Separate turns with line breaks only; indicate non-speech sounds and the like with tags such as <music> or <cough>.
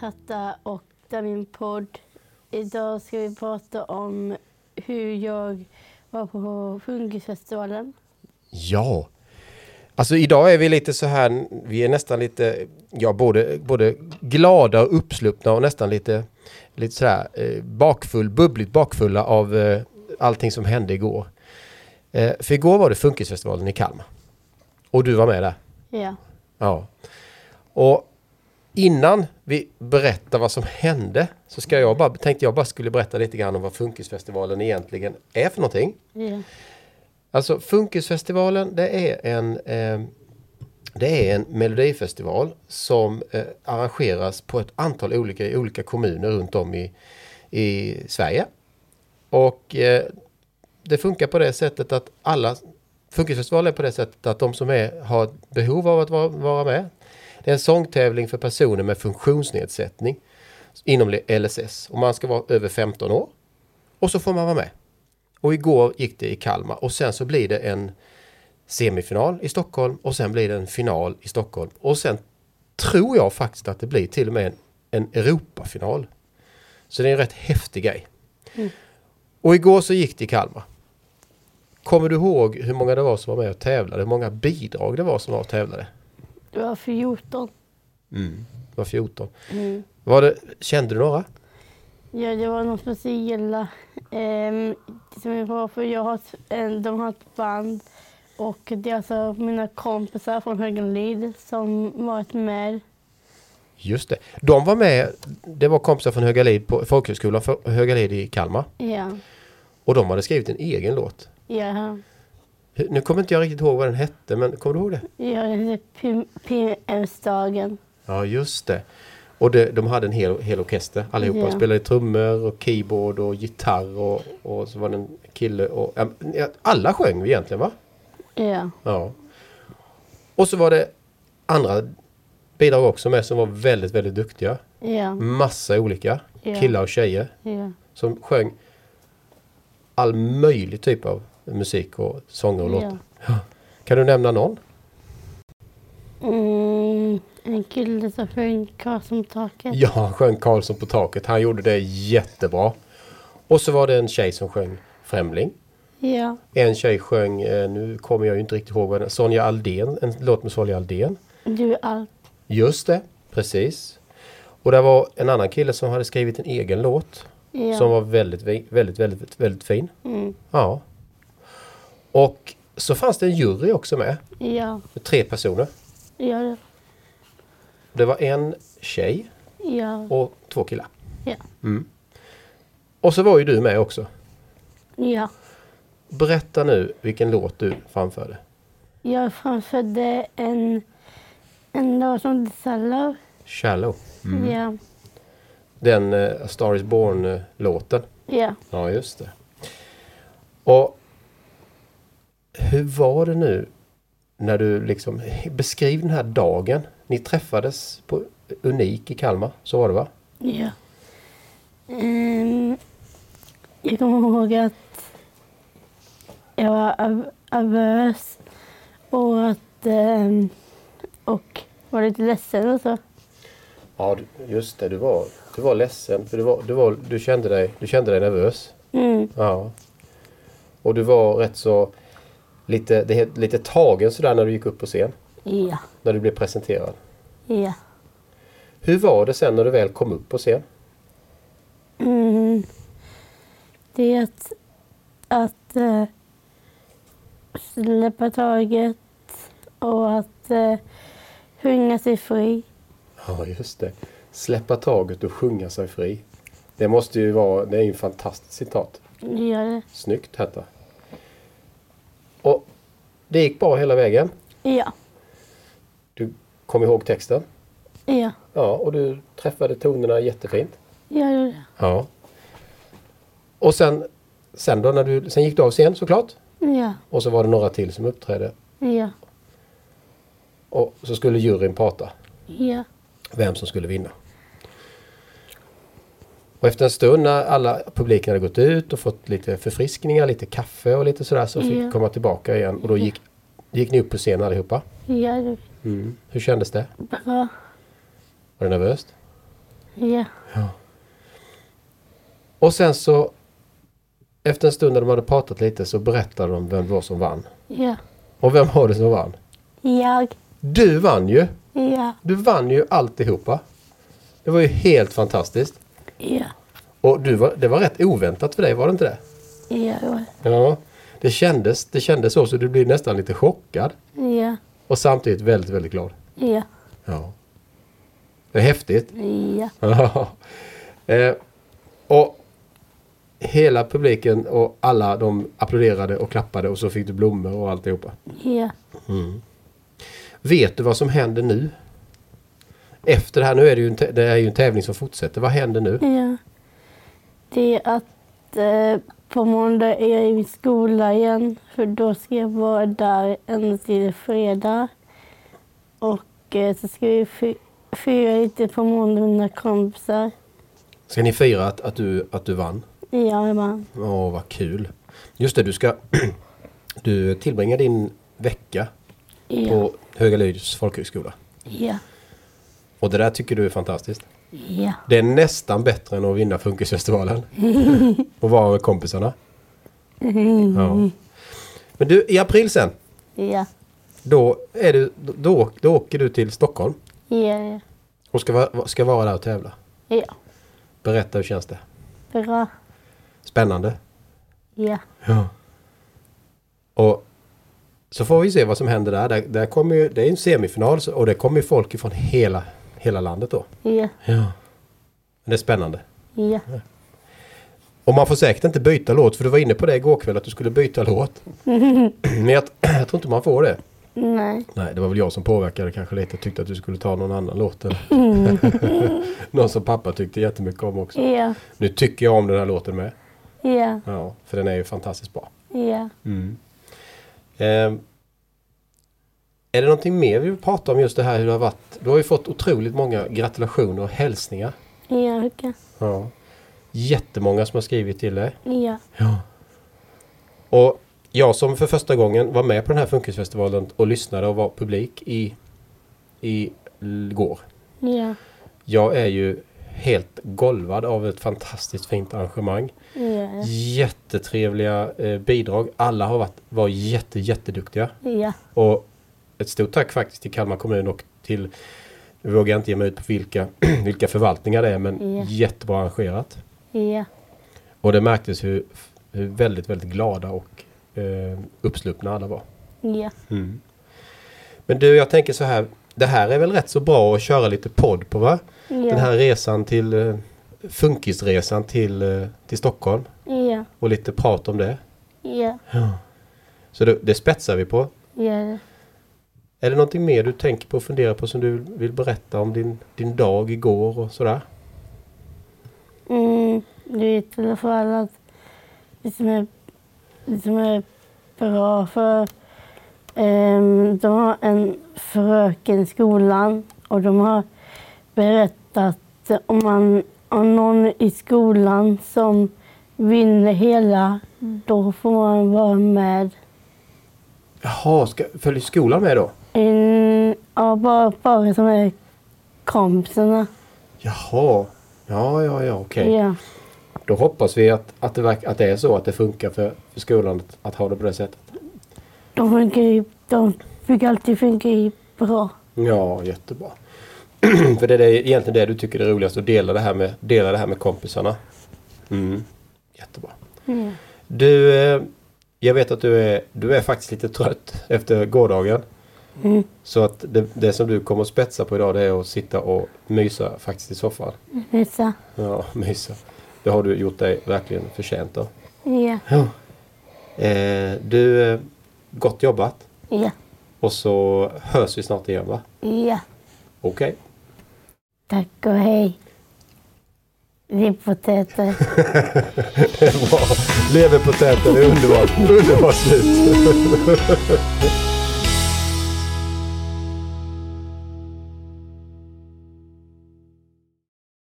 Hatta och det är min podd. Idag ska vi prata om hur jag var på Fungisfestivalen.
Ja. Alltså idag är vi lite så här, vi är nästan lite, ja både, både glada och uppsluppna och nästan lite, lite så här eh, bakfull, bubbligt bakfulla av eh, allting som hände igår. Eh, för igår var det Funkisfestivalen i Kalmar. Och du var med där.
Ja.
Ja. Och innan vi berättar vad som hände så ska jag bara, tänkte jag bara skulle berätta lite grann om vad Funkisfestivalen egentligen är för någonting.
ja.
Alltså Funkisfestivalen det är en eh, det är en melodifestival som eh, arrangeras på ett antal olika, i olika kommuner runt om i, i Sverige. Och eh, det funkar på det sättet att alla Funkisfestivalen är på det sättet att de som är, har ett behov av att vara, vara med. Det är en sångtävling för personer med funktionsnedsättning inom LSS. Och man ska vara över 15 år. Och så får man vara med. Och igår gick det i Kalmar och sen så blir det en semifinal i Stockholm och sen blir det en final i Stockholm. Och sen tror jag faktiskt att det blir till och med en, en Europafinal. Så det är en rätt häftig grej. Och igår så gick det i Kalmar. Kommer du ihåg hur många det var som var med och tävlade? Hur många bidrag det var som var och tävlade?
Det var 14.
Det var 14.
Mm.
Var det, kände du några?
Ja, det var något speciella ehm, som jag var för jag har, ett- en- de har ett band och det är alltså mina kompisar från Höganlid som varit med.
Just det. De var med, det var kompisar från Högalid på folkhögskolan för Högalid i Kalmar.
Ja.
Och de hade skrivit en egen låt.
Ja,
Hur- Nu kommer inte jag riktigt ihåg vad den hette, men kommer du ihåg det?
ja det heter PMS-dagen.
Ja, just det. Och det, de hade en hel, hel orkester allihopa.
Ja.
De spelade trummor och keyboard och gitarr och, och så var det en kille och... ja, men, ja, Alla sjöng egentligen va?
Ja.
Ja. Och så var det andra bidrag också med som var väldigt, väldigt duktiga.
Ja.
Massa olika
Ja.
killar och tjejer
Ja.
som sjöng all möjlig typ av musik och sånger och
Ja.
låtar. Ja. Kan du nämna någon?
Mm, en kille som sjöng Karl som taket.
<laughs> Ja, han sjöng Karlsson på taket. Han gjorde det jättebra. Och så var det en tjej som sjöng Främling.
Ja.
En tjej sjöng, eh, nu kommer jag ju inte riktigt ihåg vad den Sonja Aldén, en låt med Sonja Aldén.
Du är allt.
Just det, precis. Och det var en annan kille som hade skrivit en egen låt.
Ja.
Som var väldigt, vi- väldigt, väldigt, väldigt fin.
Mm.
Ja. Och så fanns det en jury också med.
Ja.
med Tre personer.
Ja.
Det var en tjej
Ja.
och två killar.
Ja.
Och så var ju du med också.
Ja.
Berätta nu vilken låt du framförde.
Jag framförde en, en låt som heter Sallow.
Shallow.
Ja.
Den eh, A Star is Born-låten.
Ja.
Ja, just det. Och hur var det nu när du liksom... Beskriv den här dagen. Ni träffades på Unik i Kalmar. Så var det va?
Ja. Ehm, jag kommer ihåg att jag var av- nervös och att ehm, och var lite ledsen och så.
Ja, du- just det. Du var, du var ledsen för du, var, du, var, du, kände dig, du kände dig nervös.
Mm.
Ja. Och du var rätt så... Lite, det, het- lite tagen sådär när du gick upp på scen.
Ja.
När du blev presenterad.
Ja.
Hur var det sen när du väl kom upp på scen?
Mm. Det är att, att eh, släppa taget och att eh, sjunga sig fri.
Ja, just det. Släppa taget och sjunga sig fri. Det måste ju vara... Det är ju ett fantastiskt citat.
Gör det.
Snyggt, Hetta. Och det gick bra hela vägen.
Ja.
Du kom ihåg texten.
Ja.
Ja, och du träffade tonerna jättefint.
Gör det.
Ja. Och sen, sen då när du... Sen gick du av scen såklart.
Ja.
Och så var det några till som uppträdde.
Ja.
Och så skulle juryn prata.
Ja.
Vem som skulle vinna. Och efter en stund när alla publiken hade gått ut och fått lite förfriskningar, lite kaffe och lite sådär så fick
Ja.
komma tillbaka igen. Och då gick, gick ni upp på scen allihopa.
Gör det.
Hur kändes det?
Bra.
Var det nervöst?
Ja.
Och sen så efter en stund när de hade pratat lite så berättade de vem det var som vann.
Ja.
Och vem var det som vann?
Jag.
Du vann ju!
Ja.
Du vann ju alltihopa. Det var ju helt fantastiskt.
Ja.
Och du var, det var rätt oväntat för dig, var det inte det?
Ja.
Ja. Det kändes, det kändes så, så du blev nästan lite chockad.
Ja.
Och samtidigt väldigt, väldigt glad.
Ja.
Ja. Det är häftigt. <laughs>
Ja.
Ja. eh, och hela publiken och alla de applåderade och klappade och så fick du blommor och alltihopa.
Ja.
Vet du vad som händer nu? Efter det här, nu är det ju en, tä- det är ju en tävling som fortsätter. Vad händer nu?
Ja. Det är att eh, på måndag är jag i min skola igen. För då ska jag vara där ända till fredag. Och eh, så ska vi fi- fira lite på måndag med mina kompisar.
Ska ni fira att, att, du, att du vann?
Ja, man.
Åh, vad kul. Just det, du ska... <clears throat> Du tillbringar din vecka
Ja.
på Höga Lyds folkhögskola.
Ja.
Och det där tycker du är fantastiskt.
Ja.
Det är nästan bättre än att vinna Funkisfestivalen. och vara med kompisarna. Ja. Men du, i april sen,
Ja.
då, är du, då, då åker du till Stockholm
Ja.
och ska, vara- ska vara där och tävla.
Ja.
Berätta, hur känns det?
Bra.
Spännande.
Ja.
Ja. Och så får vi se vad som händer där. Där, där kommer ju, det är en semifinal så- och det kommer ju folk från hela, hela landet då.
Ja.
Ja. Det är spännande.
Ja.
Och man får säkert inte byta låt, för du var inne på det igår kväll att du skulle byta låt. Men jag, jag tror inte man får det.
Nej.
Nej, det var väl jag som påverkade kanske lite. Tyckte att du skulle ta någon annan låt. eller? <laughs> någon som pappa tyckte jättemycket om också.
Ja.
Nu tycker jag om den här låten med.
Ja.
Ja, för den är ju fantastiskt bra.
Ja.
Ehm, är det någonting mer vi vill prata om just det här hur det har varit? Du har ju fått otroligt många gratulationer och hälsningar.
Ja. okej.
Ja. Jättemånga som har skrivit till dig.
Ja.
Ja. Och jag som för första gången var med på den här funkisfestivalen och lyssnade och var publik i, i går.
Ja.
Jag är ju helt golvad av ett fantastiskt fint arrangemang.
Ja.
Jättetrevliga eh, bidrag. Alla har varit var jätte, jätteduktiga.
Ja.
Och ett stort tack faktiskt till Kalmar kommun och till, nu vågar jag inte ge mig ut på vilka, <clears throat> vilka förvaltningar det är, men
Ja.
jättebra arrangerat.
Ja.
Och det märktes hur, hur väldigt, väldigt glada och eh, uppsluppna alla var.
Ja.
Men du, jag tänker så här, det här är väl rätt så bra att köra lite podd på va? Den
Ja.
här resan till, eh, funkisresan till, eh, till Stockholm
Ja.
och lite prat om det.
Ja.
Så det, det spetsar vi på.
Ja.
Är det någonting mer du tänker på och funderar på som du vill berätta om din, din dag igår och sådär?
Mm, du vet i alla fall att det som är, det som är bra för... ehm, de har en fröken i skolan och de har berättat om, man, om någon i skolan som vinner hela, då får man vara med.
Jaha, ska, följer skolan med då?
Mm, ja, bara, bara som är kompisarna.
Jaha, ja, ja, ja, okej.
Ja.
Då hoppas vi att, att, det verk, att det är så, att det funkar för, för skolan att, att ha det på det sättet.
De, funkar, ju- de brukar alltid funka ju bra.
Ja, jättebra. <clears throat> för det är det- egentligen det du tycker är roligast, att dela det här med, dela det här med kompisarna. Mm. Jättebra.
Ja.
Du, eh, jag vet att du är, du är faktiskt lite trött efter gårdagen. Så att det, det som du kommer att spetsa på idag det är att sitta och mysa faktiskt i soffan.
Mm. Vissa.
Ja, mysa. Det har du gjort dig verkligen förtjänt av.
Ja.
Ja. Eh, du, eh, gott jobbat.
Ja.
Och så hörs vi snart igen va?
Ja.
Okej.
Tack och hej. Ribpotäter.
Leverpotäten är underbart. Underbart slut.